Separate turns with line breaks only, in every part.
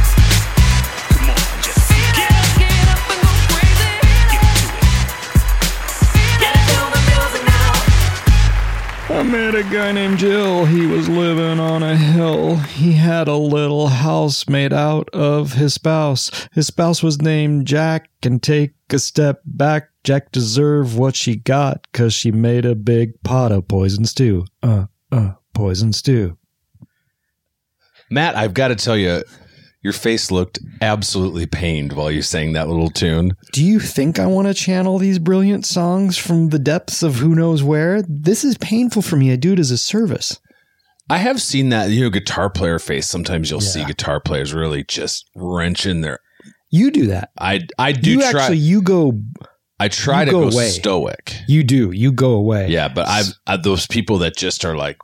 Come on, just get up,
Get up and go crazy.
get to it.
Get into the music now.
I met a guy named Jill. He was living on a hill. He had a little house made out of his spouse. His spouse was named Jack, and take a step back. Jack deserved what she got because she made a big pot of poison stew. Uh, uh, poison stew.
Matt, I've got to tell you, your face looked absolutely pained while you sang that little tune.
Do you think I want to channel these brilliant songs from the depths of who knows where? This is painful for me. I do it as a service.
I have seen that, you know, guitar player face. Sometimes you'll see guitar players really just wrenching their.
You do that.
I I do
you
try.
actually, you go
I try
you
to
go
go,
away.
stoic.
You do. You go away.
Yeah, but I've, I those people that just are like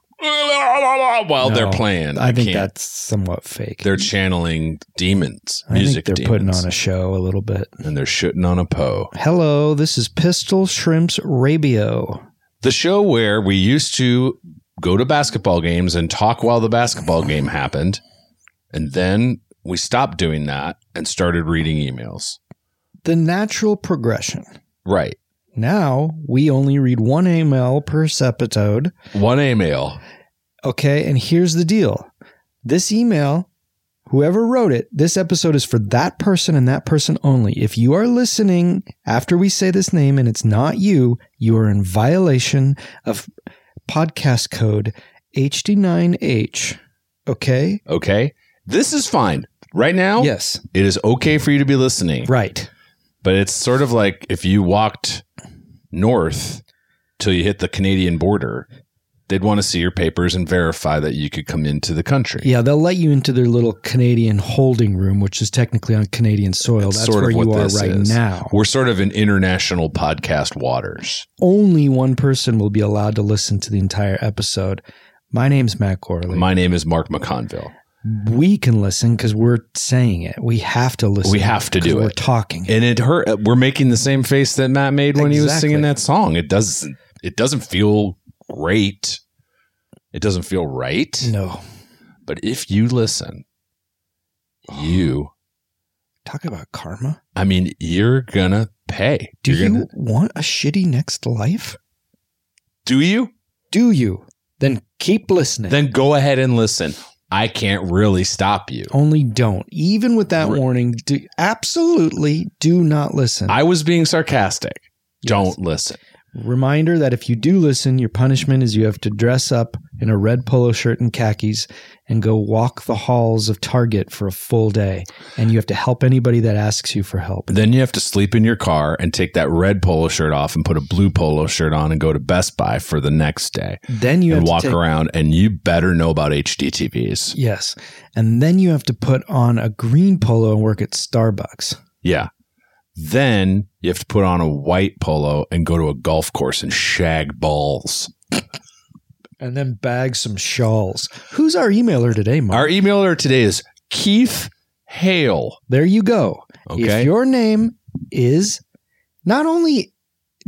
No,
while they're playing.
I, think
can't.
that's somewhat fake.
they're channeling demons,
I
music
think they're putting
demons,
on a show a little bit.
and they're shooting on a poe.
Hello, this is Pistol Shrimps Radio.
the show where we used to go to basketball games and talk while the basketball game happened. And then we stopped doing that and started reading emails.
The natural progression.
Right.
Now we only read one email per episode.
One email.
Okay, and here's the deal. This email, whoever wrote it, this episode is for that person and that person only. If you are listening after we say this name and it's not you, you are in violation of podcast code HD9H. Okay?
Okay. This is fine. Right now,
Yes.
it is okay for you to be listening.
Right.
But it's sort of like if you walked north till you hit the Canadian border, they'd want to see your papers and verify that you could come into the country.
Yeah, they'll let you into their little Canadian holding room, which is technically on Canadian soil. That's,
sort
where
of what
you are
this
right
is.
now.
We're sort of in international podcast waters.
Only one person will be allowed to listen to the entire episode. My name's Matt Corley.
My name is Mark McConville.
we can listen because we're saying it. We have to listen.
We have to
'cause
do
we're
it.
talking.
And it hurt. We're making the same face that Matt made when he was
Exactly.
singing that song. It doesn't. It doesn't feel great. It doesn't feel right.
no,
But if you listen, you.
talk about karma.
I mean, you're gonna pay.
Do
You're
you
gonna-
want a shitty next life?
do you?
Do you? Then keep listening.
Then go ahead and listen. I can't really stop you.
only don't. Even with that warning, do, absolutely do not listen.
I was being sarcastic. Don't listen.
Reminder that if you do listen, your punishment is you have to dress up in a red polo shirt and khakis and go walk the halls of Target for a full day. And you have to help anybody that asks you for help.
Then you have to sleep in your car and take that red polo shirt off and put a blue polo shirt on and go to Best Buy for the next day
Then you have
and
to
walk
take-
around. And you better know about HDTVs.
Yes. And then you have to put on a green polo and work at Starbucks.
Yeah. Then you have to put on a white polo and go to a golf course and shag balls.
And then bag some shawls. Who's our emailer today, Mark?
Our emailer today is Keith Hale.
there you go.
Okay.
If your name is not only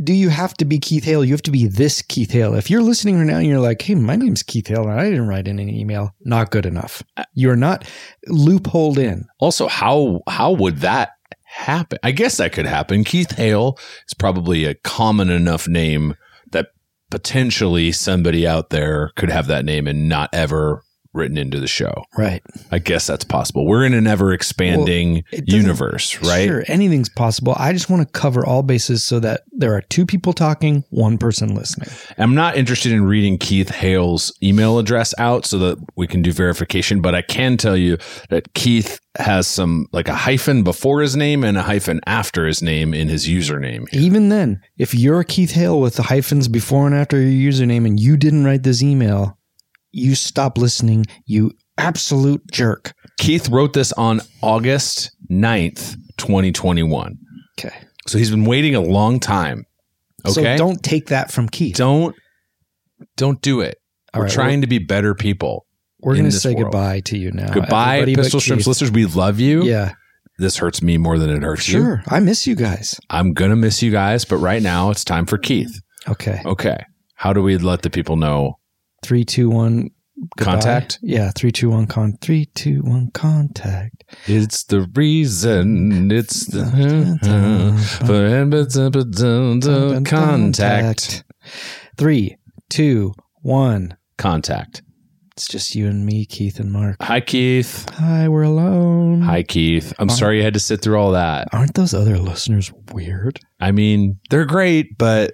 do you have to be Keith Hale, you have to be this Keith Hale. If you're listening right now and you're like, hey, my name's Keith Hale and I didn't write in an email, not good enough. You're not loopholed in.
Also, how how would that happen? I guess that could happen. Keith Hale is probably a common enough name that potentially somebody out there could have that name and not ever written into the show.
Right.
I guess that's possible. We're in an ever expanding
it doesn't-
universe, right?
Sure, anything's possible. I just want to cover all bases so that there are two people talking, one person listening.
I'm not interested in reading Keith Hale's email address out so that we can do verification, but I can tell you that Keith has some like a hyphen before his name and a hyphen after his name in his username.
Even then, if you're Keith Hale with the hyphens before and after your username and you didn't write this email, you stop listening, you absolute jerk.
Keith wrote this on August 9th, 2021.
Okay.
So he's been waiting a long time.
So
Okay.
don't take that from Keith.
don't don't do it.
All
we're
right,
trying to be better people.
We're
in
going to
this
say
world.
goodbye to you now.
Goodbye,
Everybody but
Pistol Shrimps
Keith.
listeners. We love you.
Yeah.
This hurts me more than it hurts you.
Sure. I miss you guys.
I'm gonna miss you guys, but right now it's time for Keith.
Okay.
Okay. How do we let the people know?
Three, two, one. goodbye.
Contact?
Yeah. Three, two, one. Con. Three, two, one. Contact.
It's the reason. It's the for contact.
Three, two, one.
Contact.
It's just you and me, Keith and Mark.
Hi, Keith.
Hi, we're alone.
Hi, Keith. I'm sorry you had to sit through all that.
Aren't those other listeners weird?
I mean, they're great, but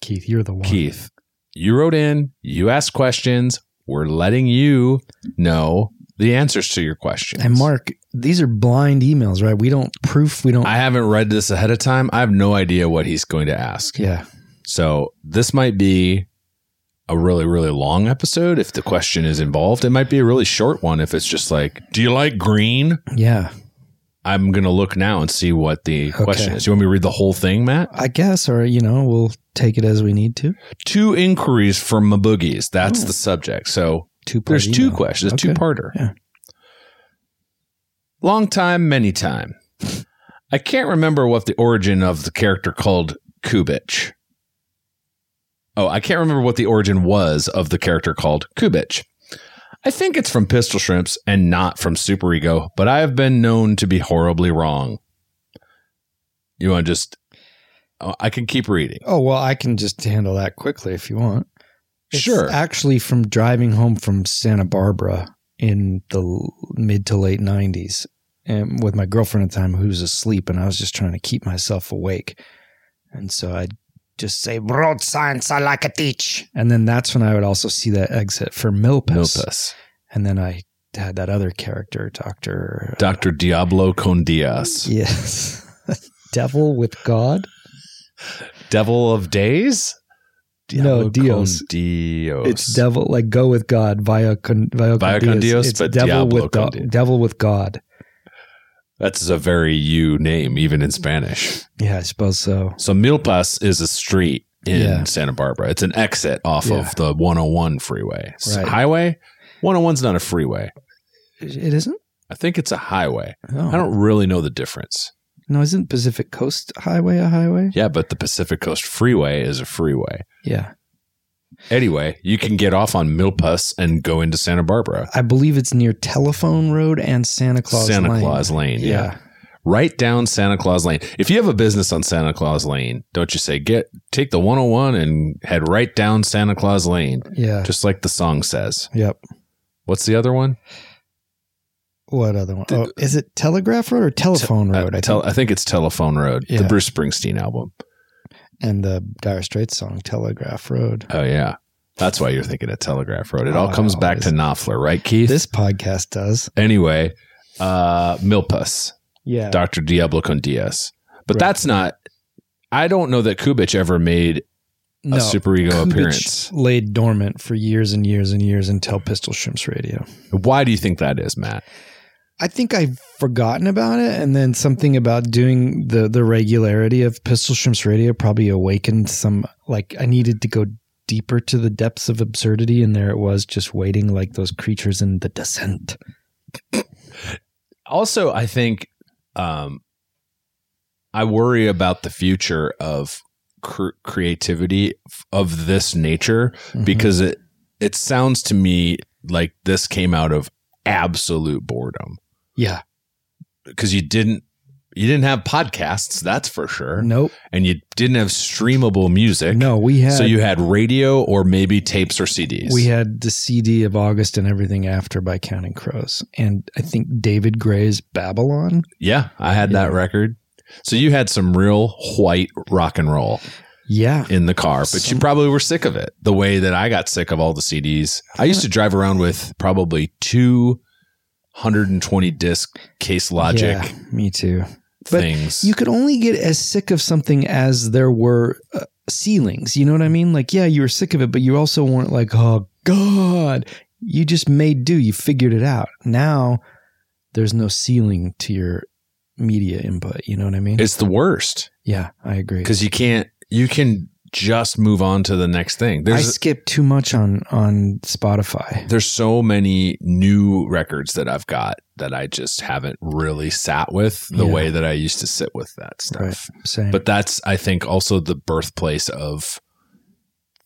Keith, you're the one.
Keith, you wrote in, you asked questions. We're letting you know the answers to your questions.
And Mark, these are blind emails, right? We don't proof. We don't.
I haven't read this ahead of time. I have no idea what he's going to ask.
yeah.
So this might be a really, really long episode if the question is involved. It might be a really short one if it's just like, do you like green?
Yeah.
I'm going to look now and see what the question
Okay.
is. You want me to read the whole thing, Matt?
I guess, or, you know, we'll take it as we need to.
Two inquiries from my boogies. That's the subject. So
Two
there's two questions,
Oh. Okay.
two parter.
Yeah.
Long time, many time. I can't remember what the origin of the character called Kubich. Oh, I can't remember what the origin was of the character called Kubich. I think it's from Pistol Shrimps and not from Super Ego, but I have been known to be horribly wrong. You want to just. oh, I can keep reading.
Oh, well, I can just handle that quickly if you want. It's
Sure.
Actually, from driving home from Santa Barbara in the l- mid to late 90s and with my girlfriend at the time who was asleep, and I was just trying to keep myself awake. And so I'd just say, road signs, I like a teach. And then that's when I would also see that exit for Milpus.
Milpus.
And then I had that other character, Dr.
Dr. Diablo Condias.
Yes. Devil with God?
Devil of Days?
No, Dios.
con Dios.
It's devil, like go with God via con, via,
Via
con
con Dios,
It's
but
devil
Diablo
with
con
God,
Dios.
devil with God.
That's a very you name, even in Spanish.
Yeah, I suppose so.
So Milpas is a street in
Yeah.
Santa Barbara. It's an exit off
Yeah.
of the 101 freeway. S-
Right.
Highway? 101's not a freeway.
It isn't.
I think it's a highway.
No.
I don't really know the difference.
No, isn't Pacific Coast Highway a highway?
Yeah, but the Pacific Coast Freeway is a freeway.
Yeah,
Anyway, you can get off on Milpas and go into Santa Barbara.
I believe it's near Telephone Road and Santa Claus.
Santa
Lane.
Claus Lane. yeah.
Yeah.
right down Santa Claus Lane. If you have a business on Santa Claus Lane, don't you say get take the 101 and head right down Santa Claus Lane,
yeah,
just like the song says.
Yep.
What's the other one?
What other one? Oh, is it Telegraph Road or Telephone Road?
I,
I
Uh, tel-
think.
I think it's Telephone Road, the
Yeah.
Bruce Springsteen album.
And the Dire Straits song Telegraph Road.
Oh yeah. That's why you're thinking of Telegraph Road. It
Oh,
all
I
comes back to
always-
Knopfler, right, Keith?
This podcast does.
anyway, uh Milpus,
Yeah.
Dr. Diablo con Diaz. But
Right.
that's not I don't know that Kubich ever made
no.
a super ego
Kubitsch
appearance.
laid dormant for years and years and years until Pistol Shrimps Radio.
Why do you think that is, Matt?
I think I've forgotten about it, and then something about doing the the regularity of Pistol Shrimps Radio probably awakened some. Like I needed to go deeper to the depths of absurdity, and there it was, just waiting like those creatures in the descent.
also i think um i worry about the future of cr- creativity f- of this nature
Mm-hmm.
because it it sounds to me like this came out of absolute boredom
Yeah,
because you didn't you didn't have podcasts that's for sure
nope,
and you didn't have streamable music
no, we had
so you had radio or maybe tapes or cds
we had the CD of August and everything after by Counting Crows, and I think David Gray's Babylon.
yeah i had that record so you had some real white rock and roll
Yeah,
in the car, but you probably were sick of it the way that I got sick of all the CDs. I used to drive around with probably 220 disc case logic
yeah, me too. but
things.
you could only get as sick of something as there were uh, ceilings. You know what I mean? Like, yeah, you were sick of it, but you also weren't like, oh God, you just made do. You figured it out. Now there's no ceiling to your media input. You know what I mean?
It's the worst
yeah, I agree.
because you can't, you can just move on to the next thing.
I
There's,
skip too much on on Spotify.
there's so many new records that I've got that I just haven't really sat with the
Yeah.
way that I used to sit with that stuff.
Right. Same.
But that's, I think, also the birthplace of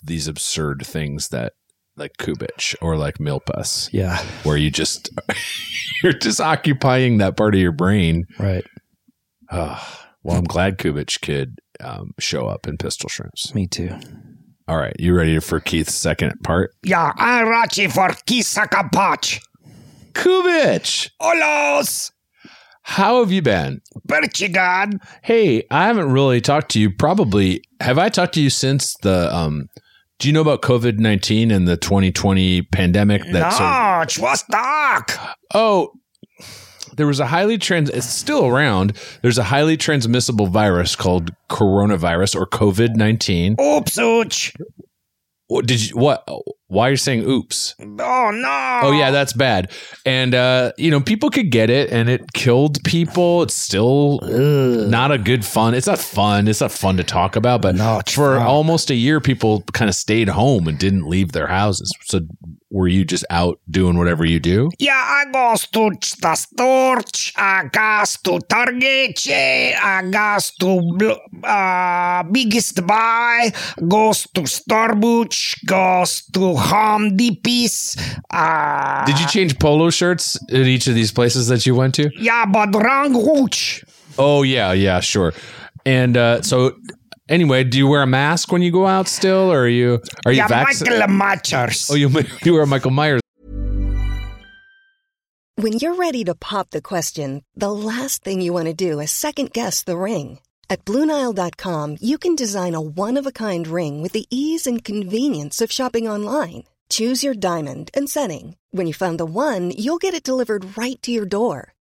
these absurd things that, like Kubich or like Milpas,
yeah,
where you just you're just occupying that part of your brain.
right.
Ah, well, I'm glad Kubich could um, show up in Pistol Shrimps.
Me too.
All right, you ready for Keith's second part?
Yeah, I'm Rachi for Kisakapach.
Kubich,
Olos,
how have you been?
Perchigan.
Hey, I haven't really talked to you. Probably have I talked to you since the? Um, do you know about COVID nineteen and the 2020 pandemic? That's
Ah, Chwastak.
oh, there was a highly trans. It's still around. There's a highly transmissible virus called coronavirus or COVID nineteen.
Oopsuch.
What Did you what? Why are you saying oops?
Oh no.
Oh yeah, that's bad. And uh, you know, people could get it, and it killed people. It's still not a good fun. It's not fun. It's not fun to talk about. But
No, it's
for
not.
almost a year, people kind of stayed home and didn't leave their houses. So were you just out doing whatever you do?
Yeah, I go to the storch, I goes to Target, I goes to uh, Biggest Buy, goes to Starbucks, goes to Home Depot. Uh,
Did you change polo shirts at each of these places that you went to?
yeah, but wrong route.
Oh yeah, yeah, sure. And uh, so anyway, do you wear a mask when you go out still, or are you are you
Yeah,
vaccinated?
Michael Matchers.
Oh, you you wear Michael Myers.
When you're ready to pop the question, the last thing you want to do is second guess the ring. At Bluenile.com, you can design a one of a kind ring with the ease and convenience of shopping online. Choose your diamond and setting. When you find the one, you'll get it delivered right to your door.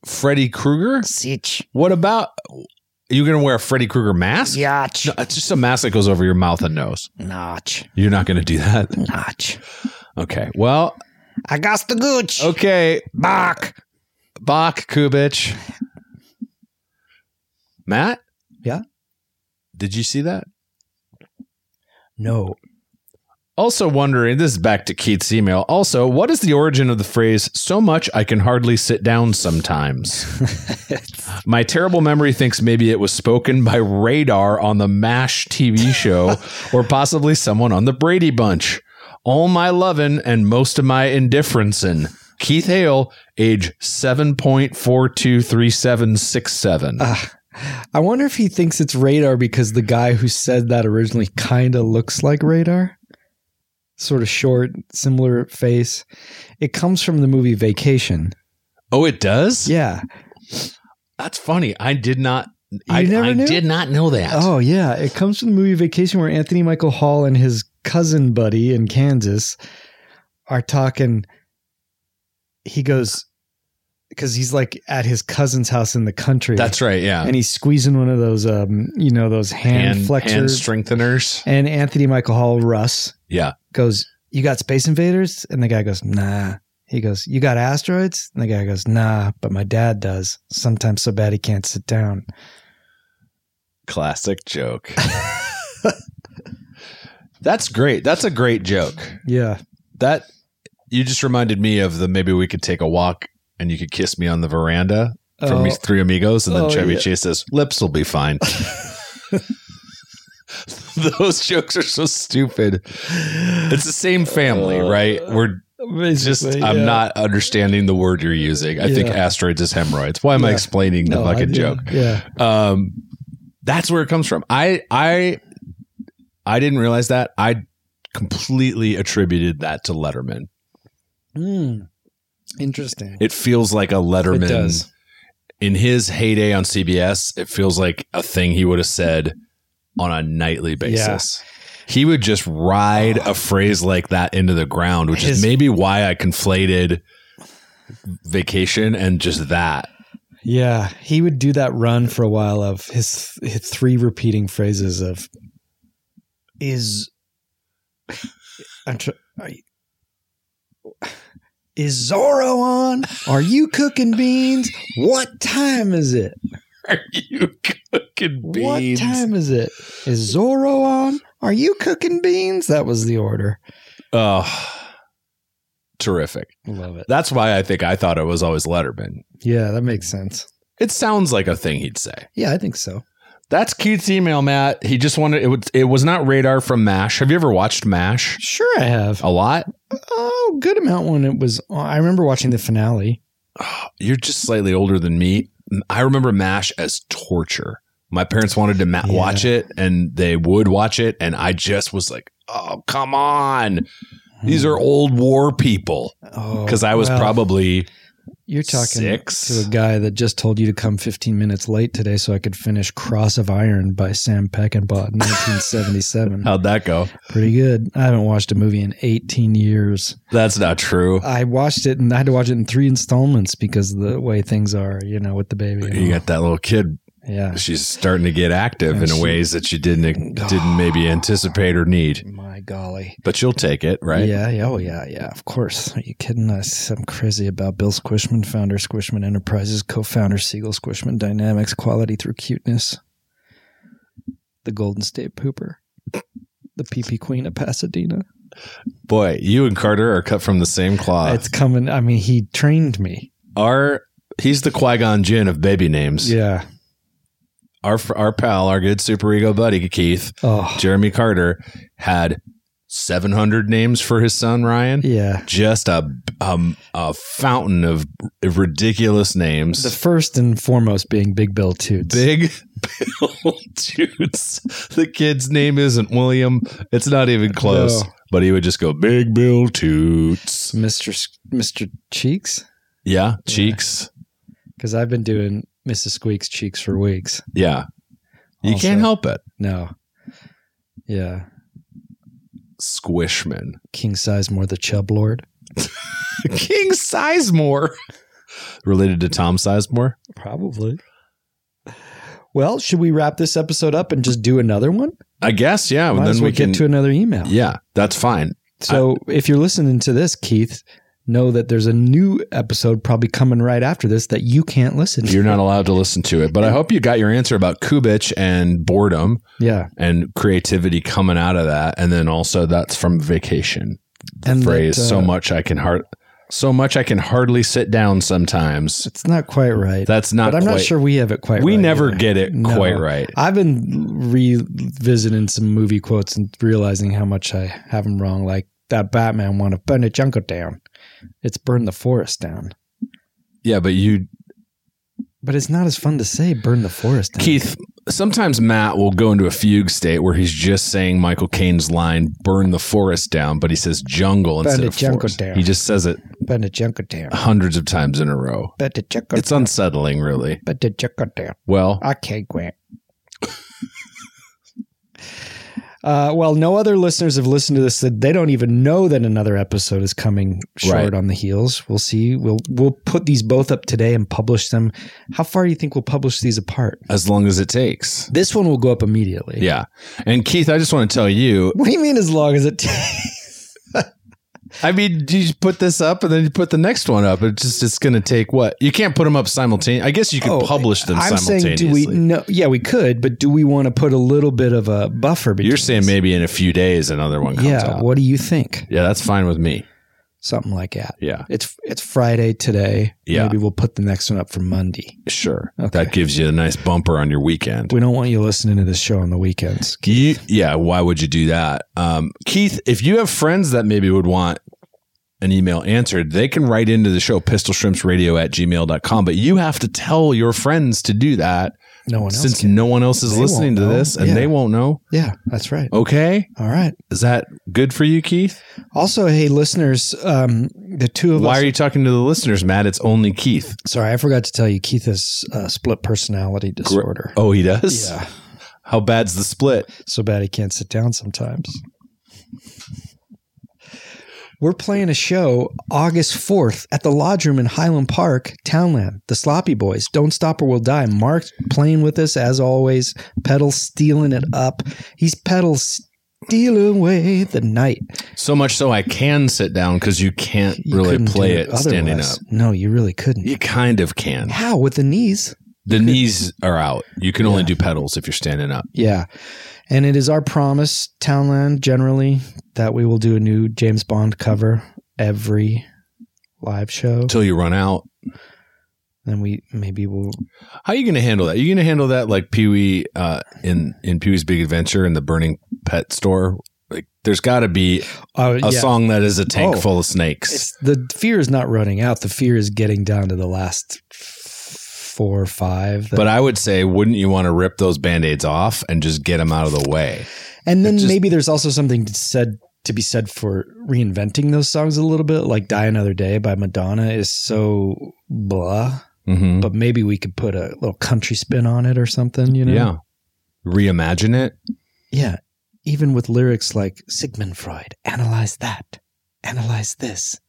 Freddy Krueger.
Sich.
What about? Are you going to wear a Freddy Krueger mask?
Yach.
No, it's just a mask that goes over your mouth and nose.
Notch.
You're not going to do that.
Notch.
Okay. Well.
I got the gooch.
Okay.
Back.
Bach Kubich. Matt?
Yeah?
Did you see that?
No.
Also wondering, this is back to Keith's email. Also, what is the origin of the phrase so much I can hardly sit down sometimes? My terrible memory thinks maybe it was spoken by radar on the MASH TV show or possibly someone on the Brady Bunch. All my lovin' and most of my indifferencin'. Keith Hale, age 7.423767.
I wonder if he thinks it's radar because the guy who said that originally kind of looks like radar. Sort of short, similar face. It comes from the movie Vacation.
oh, it does?
Yeah.
That's funny. I did not. I,
never
I
knew?
did not know that.
Oh, yeah. It comes from the movie Vacation where Anthony Michael Hall and his cousin buddy in Kansas are talking. He goes, because he's like at his cousin's house in the country.
that's right. Yeah,
and he's squeezing one of those um you know those hand, flexors
hand strengtheners.
and anthony michael hall russ
Yeah,
goes you got space invaders and the guy goes nah He goes, You got asteroids? And the guy goes, Nah, but my dad does. Sometimes so bad he can't sit down.
Classic joke. That's great. That's a great joke.
Yeah.
That you just reminded me of the maybe we could take a walk and you could kiss me on the veranda from
Oh.
these three amigos, and then
Oh,
Chevy
yeah.
Chase says, "Lips will be fine." Those jokes are so stupid. It's the same family, right? We're just
Basically,
I'm
yeah.
not understanding the word you're using. I think
Yeah.
asteroids is hemorrhoids. Why am I
Yeah.
explaining the
No, I
fucking
do.
joke?
Yeah.
um that's where it comes from i i i didn't realize that i completely attributed that to letterman
Mm. Interesting.
it feels like a letterman
It does.
in his heyday on cbs it feels like a thing he would have said on a nightly basis he would just ride a phrase like that into the ground which
His-
is maybe why i conflated vacation and just that
Yeah. He would do that run for a while of his, his three repeating phrases of is I'm tr- are you- is Zorro on? Are you cooking beans? What time is it?
are you cooking beans
What time is it? Is Zorro on? Are you cooking beans? That was the order.
oh terrific
Love it.
That's why I think I thought it was always Letterman.
Yeah, that makes sense.
It sounds like a thing he'd say.
Yeah, I think so.
That's Keith's email, Matt. He just wanted it. Was, it was not radar from Mash. Have you ever watched Mash?
Sure, I have.
A lot.
Oh, good amount when it was. I remember watching the finale.
You're just slightly older than me. I remember Mash as torture. My parents wanted to ma-
Yeah.
watch it, and they would watch it, and I just was like, "Oh, come on! These are old war people."
Oh,
Because I was
well,
probably
you're talking
six.
to a guy that just told you to come 15 minutes late today so I could finish Cross of Iron by Sam Peckinpah, 1977.
how'd that go?
Pretty good. I haven't watched a movie in 18 years.
That's not true.
I watched it and I had to watch it in three installments because of the way things are, you know, with the baby. and
You
all.
got that little kid
yeah.
she's starting to get active
And
in
she-
ways that you didn't didn't maybe anticipate or need.
My golly.
But you'll take it, right?
Yeah, yeah, oh yeah, yeah. Of course. Are you kidding us? I'm crazy about Bill Squishman, founder Squishman Enterprises, co-founder Siegel Squishman Dynamics, quality through cuteness. The Golden State Pooper. The PP Queen of Pasadena.
Boy, you and Carter are cut from the same cloth.
it's coming. I mean, he trained me.
our he's the Qui Gon Jinn of baby names.
Yeah.
Our fr- our pal, our good super ego buddy Keith,
Oh,
Jeremy Carter, had seven hundred names for his son Ryan.
yeah.
Just a um, a fountain of ridiculous names.
The first and foremost being Big Bill Toots.
Big Bill Toots. The kid's name isn't William. It's not even close.
No.
But he would just go, Big Bill Toots.
Mr. S- Mr. Cheeks
Yeah. Cheeks.
because I've been doing Mrs. Squeak's cheeks for weeks.
Yeah. You
Also-
can't help it.
No, yeah,
Squishman.
King Sizemore the Chub Lord,
King Sizemore. Related to Tom Sizemore?
probably. Well, should we wrap this episode up and just do another one?
I guess, yeah.
Might
and
as
Oh, then
well
we
get
can.
to another email.
yeah, that's fine.
So if you're listening to this, Keith, know that there's a new episode probably coming right after this that you can't listen to.
You're not allowed to listen to it. But I hope you got your answer about Kubich and boredom
yeah,
and creativity coming out of that. And then also, that's from vacation.
and
phrase
that, uh,
so much I can hard so much I can hardly sit down sometimes.
It's not quite right.
That's not
But I'm not
quite-
sure we have it quite.
We
right
never
either.
get it quite right.
I've been revisiting some movie quotes and realizing how much I have them wrong. Like that Batman want to burn the jungle down. It's burn the forest down.
Yeah, but you
But it's not as fun to say burn the forest down.
Keith sometimes Matt will go into a fugue state where he's just saying Michael Caine's line burn the forest down, but he says jungle
Burn
instead
the
of
jungle
forest.
down.
He just says it
burn the jungle down.
hundreds of times in a row.
Burn the jungle.
Ah. It's unsettling really.
burn the jungle down.
Well,
Okay, Grant. Uh, well, no other listeners have listened to this. That they don't even know that another episode is coming short
Right.
on the heels. We'll see. We'll we'll put these both up today and publish them. How far do you think we'll publish these apart?
as long as it takes.
This one will go up immediately.
Yeah. And Keith, I just want to tell you
What do you mean as long as it takes?
I mean, do you put this up and then you put the next one up? It's just it's going to take what you can't put them up simultaneously. I guess you could publish them
Oh, I'm saying, do
simultaneously.
we? No, yeah, we could, but do we want to put a little bit of a buffer? Between
You're saying
us?
maybe in a few days another one comes
yeah.
out.
What do you think?
yeah, that's fine with me.
Something like that.
Yeah.
it's it's Friday today.
Yeah.
maybe we'll put the next one up for Monday.
Sure,
Okay.
that gives you a nice bumper on your weekend.
We don't want you listening to this show on the weekends.
You, yeah, why would you do that? Um, Keith, if you have friends that maybe would want an email answered, they can write into the show pistolshrimpsradio at gmail.com. But you have to tell your friends to do that
No one else.
since
can.
no one else is
They
listening
won't
to
know.
this and
Yeah.
they won't know.
yeah, that's right.
Oh. Okay.
All right.
Is that good for you, Keith?
Also, hey listeners, um, the two of us.
Why are you talking to the listeners, Matt? It's only Keith.
Sorry, I forgot to tell you. Keith has uh, split personality disorder.
Oh, he does?
Yeah.
How bad's the split?
so bad he can't sit down sometimes. We're playing a show August 4th at the Lodge Room in Highland Park, Townland. The Sloppy Boys, Don't Stop or We'll Die. Mark's playing with us as always, pedal stealing it up. He's pedal stealing away the night.
So much so I can sit down because you can't
You
really
couldn't
play
do
it standing up.
otherwise. No, you really couldn't.
You kind of can.
How? With the knees?
The knees are out. You can only do pedals if you're standing up.
Yeah. And it is our promise, Townland, generally, that we will do a new James Bond cover every live show.
Until you run out.
Then we maybe we'll
How are you going to handle that? Are you going to handle that like Pee Wee uh, in in Pee Wee's Big Adventure in the Burning Pet Store? Like, there's got to be
Oh,
a
yeah.
song that is a tank
Oh.
full of snakes.
It's, the fear is not running out. The fear is getting down to the last four or five.
But I would say, wouldn't you want to rip those band aids off and just get them out of the way?
and then
it just-
maybe there's also something to said to be said for reinventing those songs a little bit. Like "Die Another Day" by Madonna is so blah,
Mm-hmm.
but maybe we could put a little country spin on it or something. You know?
Yeah. Reimagine it.
Yeah. Even with lyrics like Sigmund Freud, analyze that, analyze this.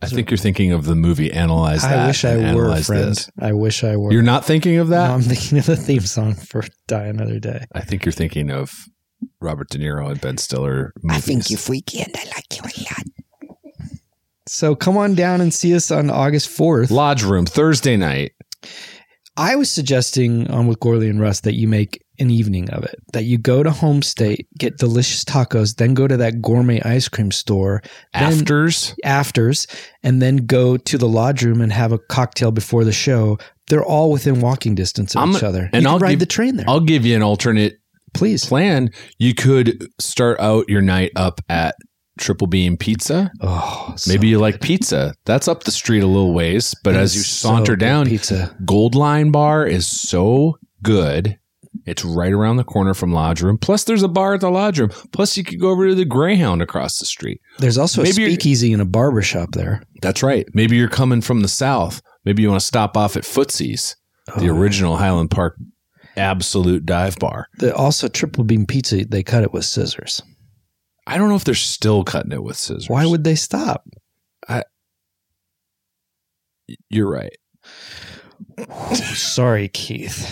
I think you're thinking of the movie Analyze That.
I wish
and
I were,
Analyze
friend.
This.
I wish I were.
You're not thinking of that?
No, I'm thinking of the theme song for Die Another Day.
I think you're thinking of Robert De Niro and Ben Stiller. Movies.
freaky and I like you a lot. So come on down and see us on August 4th.
Lodge Room Thursday night.
I was suggesting on with Gorley and Russ that you make an evening of it. That you go to home state, get delicious tacos, then go to that gourmet ice cream store, then
Afters.
afters, and then go to the lodge room and have a cocktail before the show. They're all within walking distance of
I'm-
each other.
and
you
I'll
can ride
give-
the train there.
I'll give you an alternate
Please.
plan. You could start out your night up at Triple Beam Pizza.
Oh, so-
Maybe you like pizza. That's up the street a little ways, but
That
as
is
you
so
saunter
good
down,
pizza.
Gold Line Bar is so good. It's right around the corner from Lodge Room. Plus, there's a bar at the Lodge Room. Plus, you could go over to the Greyhound across the street.
There's also
Maybe
a
you're-
speakeasy and a barber shop there.
That's right. Maybe you're coming from the south. Maybe you want to stop off at Footsie's,
Oh,
the original Highland Park absolute dive bar.
The, also, triple beam pizza, they cut it with scissors.
I don't know if they're still cutting it with scissors.
Why would they stop?
you're right?
Sorry, Keith.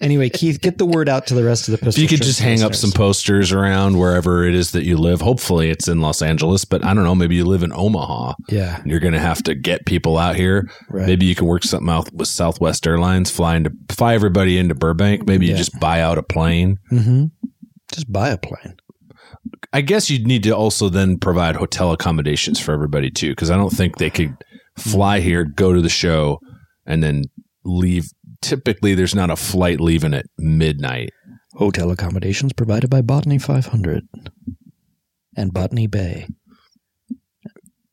Anyway, Keith, get the word out to the rest of the
If
pistol.
you could
Shrimp
just hang up some
listeners.
posters around wherever it is that you live. Hopefully, it's in Los Angeles, but I don't know. Maybe you live in Omaha.
yeah,
You're going to have to get people out here.
Right.
Maybe you can work something out with Southwest Airlines, fly into fly everybody into Burbank. Maybe you
Yeah.
just buy out a plane.
mm-hmm. just buy a plane.
I guess you'd need to also then provide hotel accommodations for everybody too, because I don't think they could fly here, go to the show, and then leave. Typically, there's not a flight leaving at midnight.
Hotel accommodations provided by Botany 500 and Botany Bay.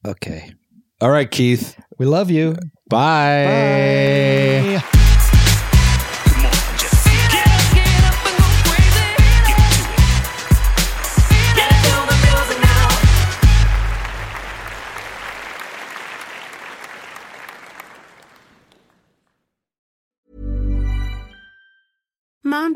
Okay,
All right, Keith.
we love you.
Bye.
Come on, just get up,
Get up and go crazy.
get to it.
Get to the music now.
Mom Mom